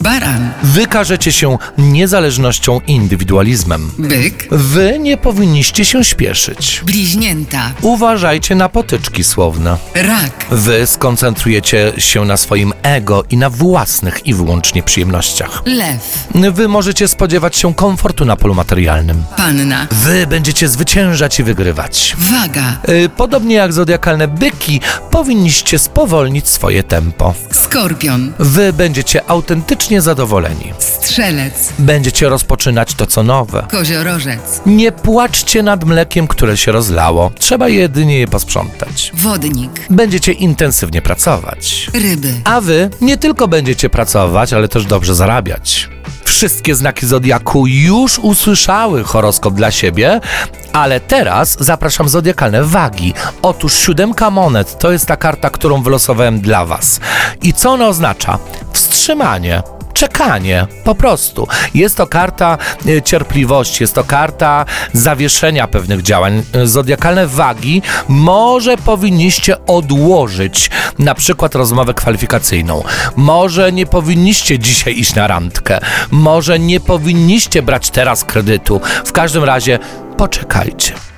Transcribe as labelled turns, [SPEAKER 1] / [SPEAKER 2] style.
[SPEAKER 1] Baran,
[SPEAKER 2] Wykażecie się niezależnością i indywidualizmem.
[SPEAKER 1] byk,
[SPEAKER 2] Wy nie powinniście się śpieszyć.
[SPEAKER 1] bliźnięta,
[SPEAKER 2] Uważajcie na potyczki słowne.
[SPEAKER 1] rak,
[SPEAKER 2] Wy skoncentrujecie się na swoim ego i na własnych i wyłącznie przyjemnościach.
[SPEAKER 1] lew,
[SPEAKER 2] Wy możecie spodziewać się komfortu na polu materialnym.
[SPEAKER 1] panna,
[SPEAKER 2] Wy będziecie zwyciężać i wygrywać.
[SPEAKER 1] waga,
[SPEAKER 2] Y, Podobnie jak zodiakalne byki, powinniście spowolnić swoje tempo.
[SPEAKER 1] skorpion,
[SPEAKER 2] Wy będziecie autentycznie zadowoleni.
[SPEAKER 1] strzelec,
[SPEAKER 2] Będziecie rozpoczynać to, co nowe.
[SPEAKER 1] koziorożec,
[SPEAKER 2] Nie płaczcie nad mlekiem, które się rozlało. Trzeba jedynie je posprzątać.
[SPEAKER 1] wodnik,
[SPEAKER 2] Będziecie intensywnie pracować.
[SPEAKER 1] ryby,
[SPEAKER 2] A wy nie tylko będziecie pracować, ale też dobrze zarabiać. Wszystkie znaki Zodiaku już usłyszały horoskop dla siebie, ale teraz zapraszam zodiakalne wagi. Otóż siódemka monet to jest ta karta, którą wylosowałem dla was. I co ona oznacza? Wstrzymanie. Czekanie, po prostu. Jest to karta e, cierpliwości, jest to karta zawieszenia pewnych działań. E, Zodiakalne wagi może powinniście odłożyć, na przykład rozmowę kwalifikacyjną. Może nie powinniście dzisiaj iść na randkę, może nie powinniście brać teraz kredytu. W każdym razie poczekajcie.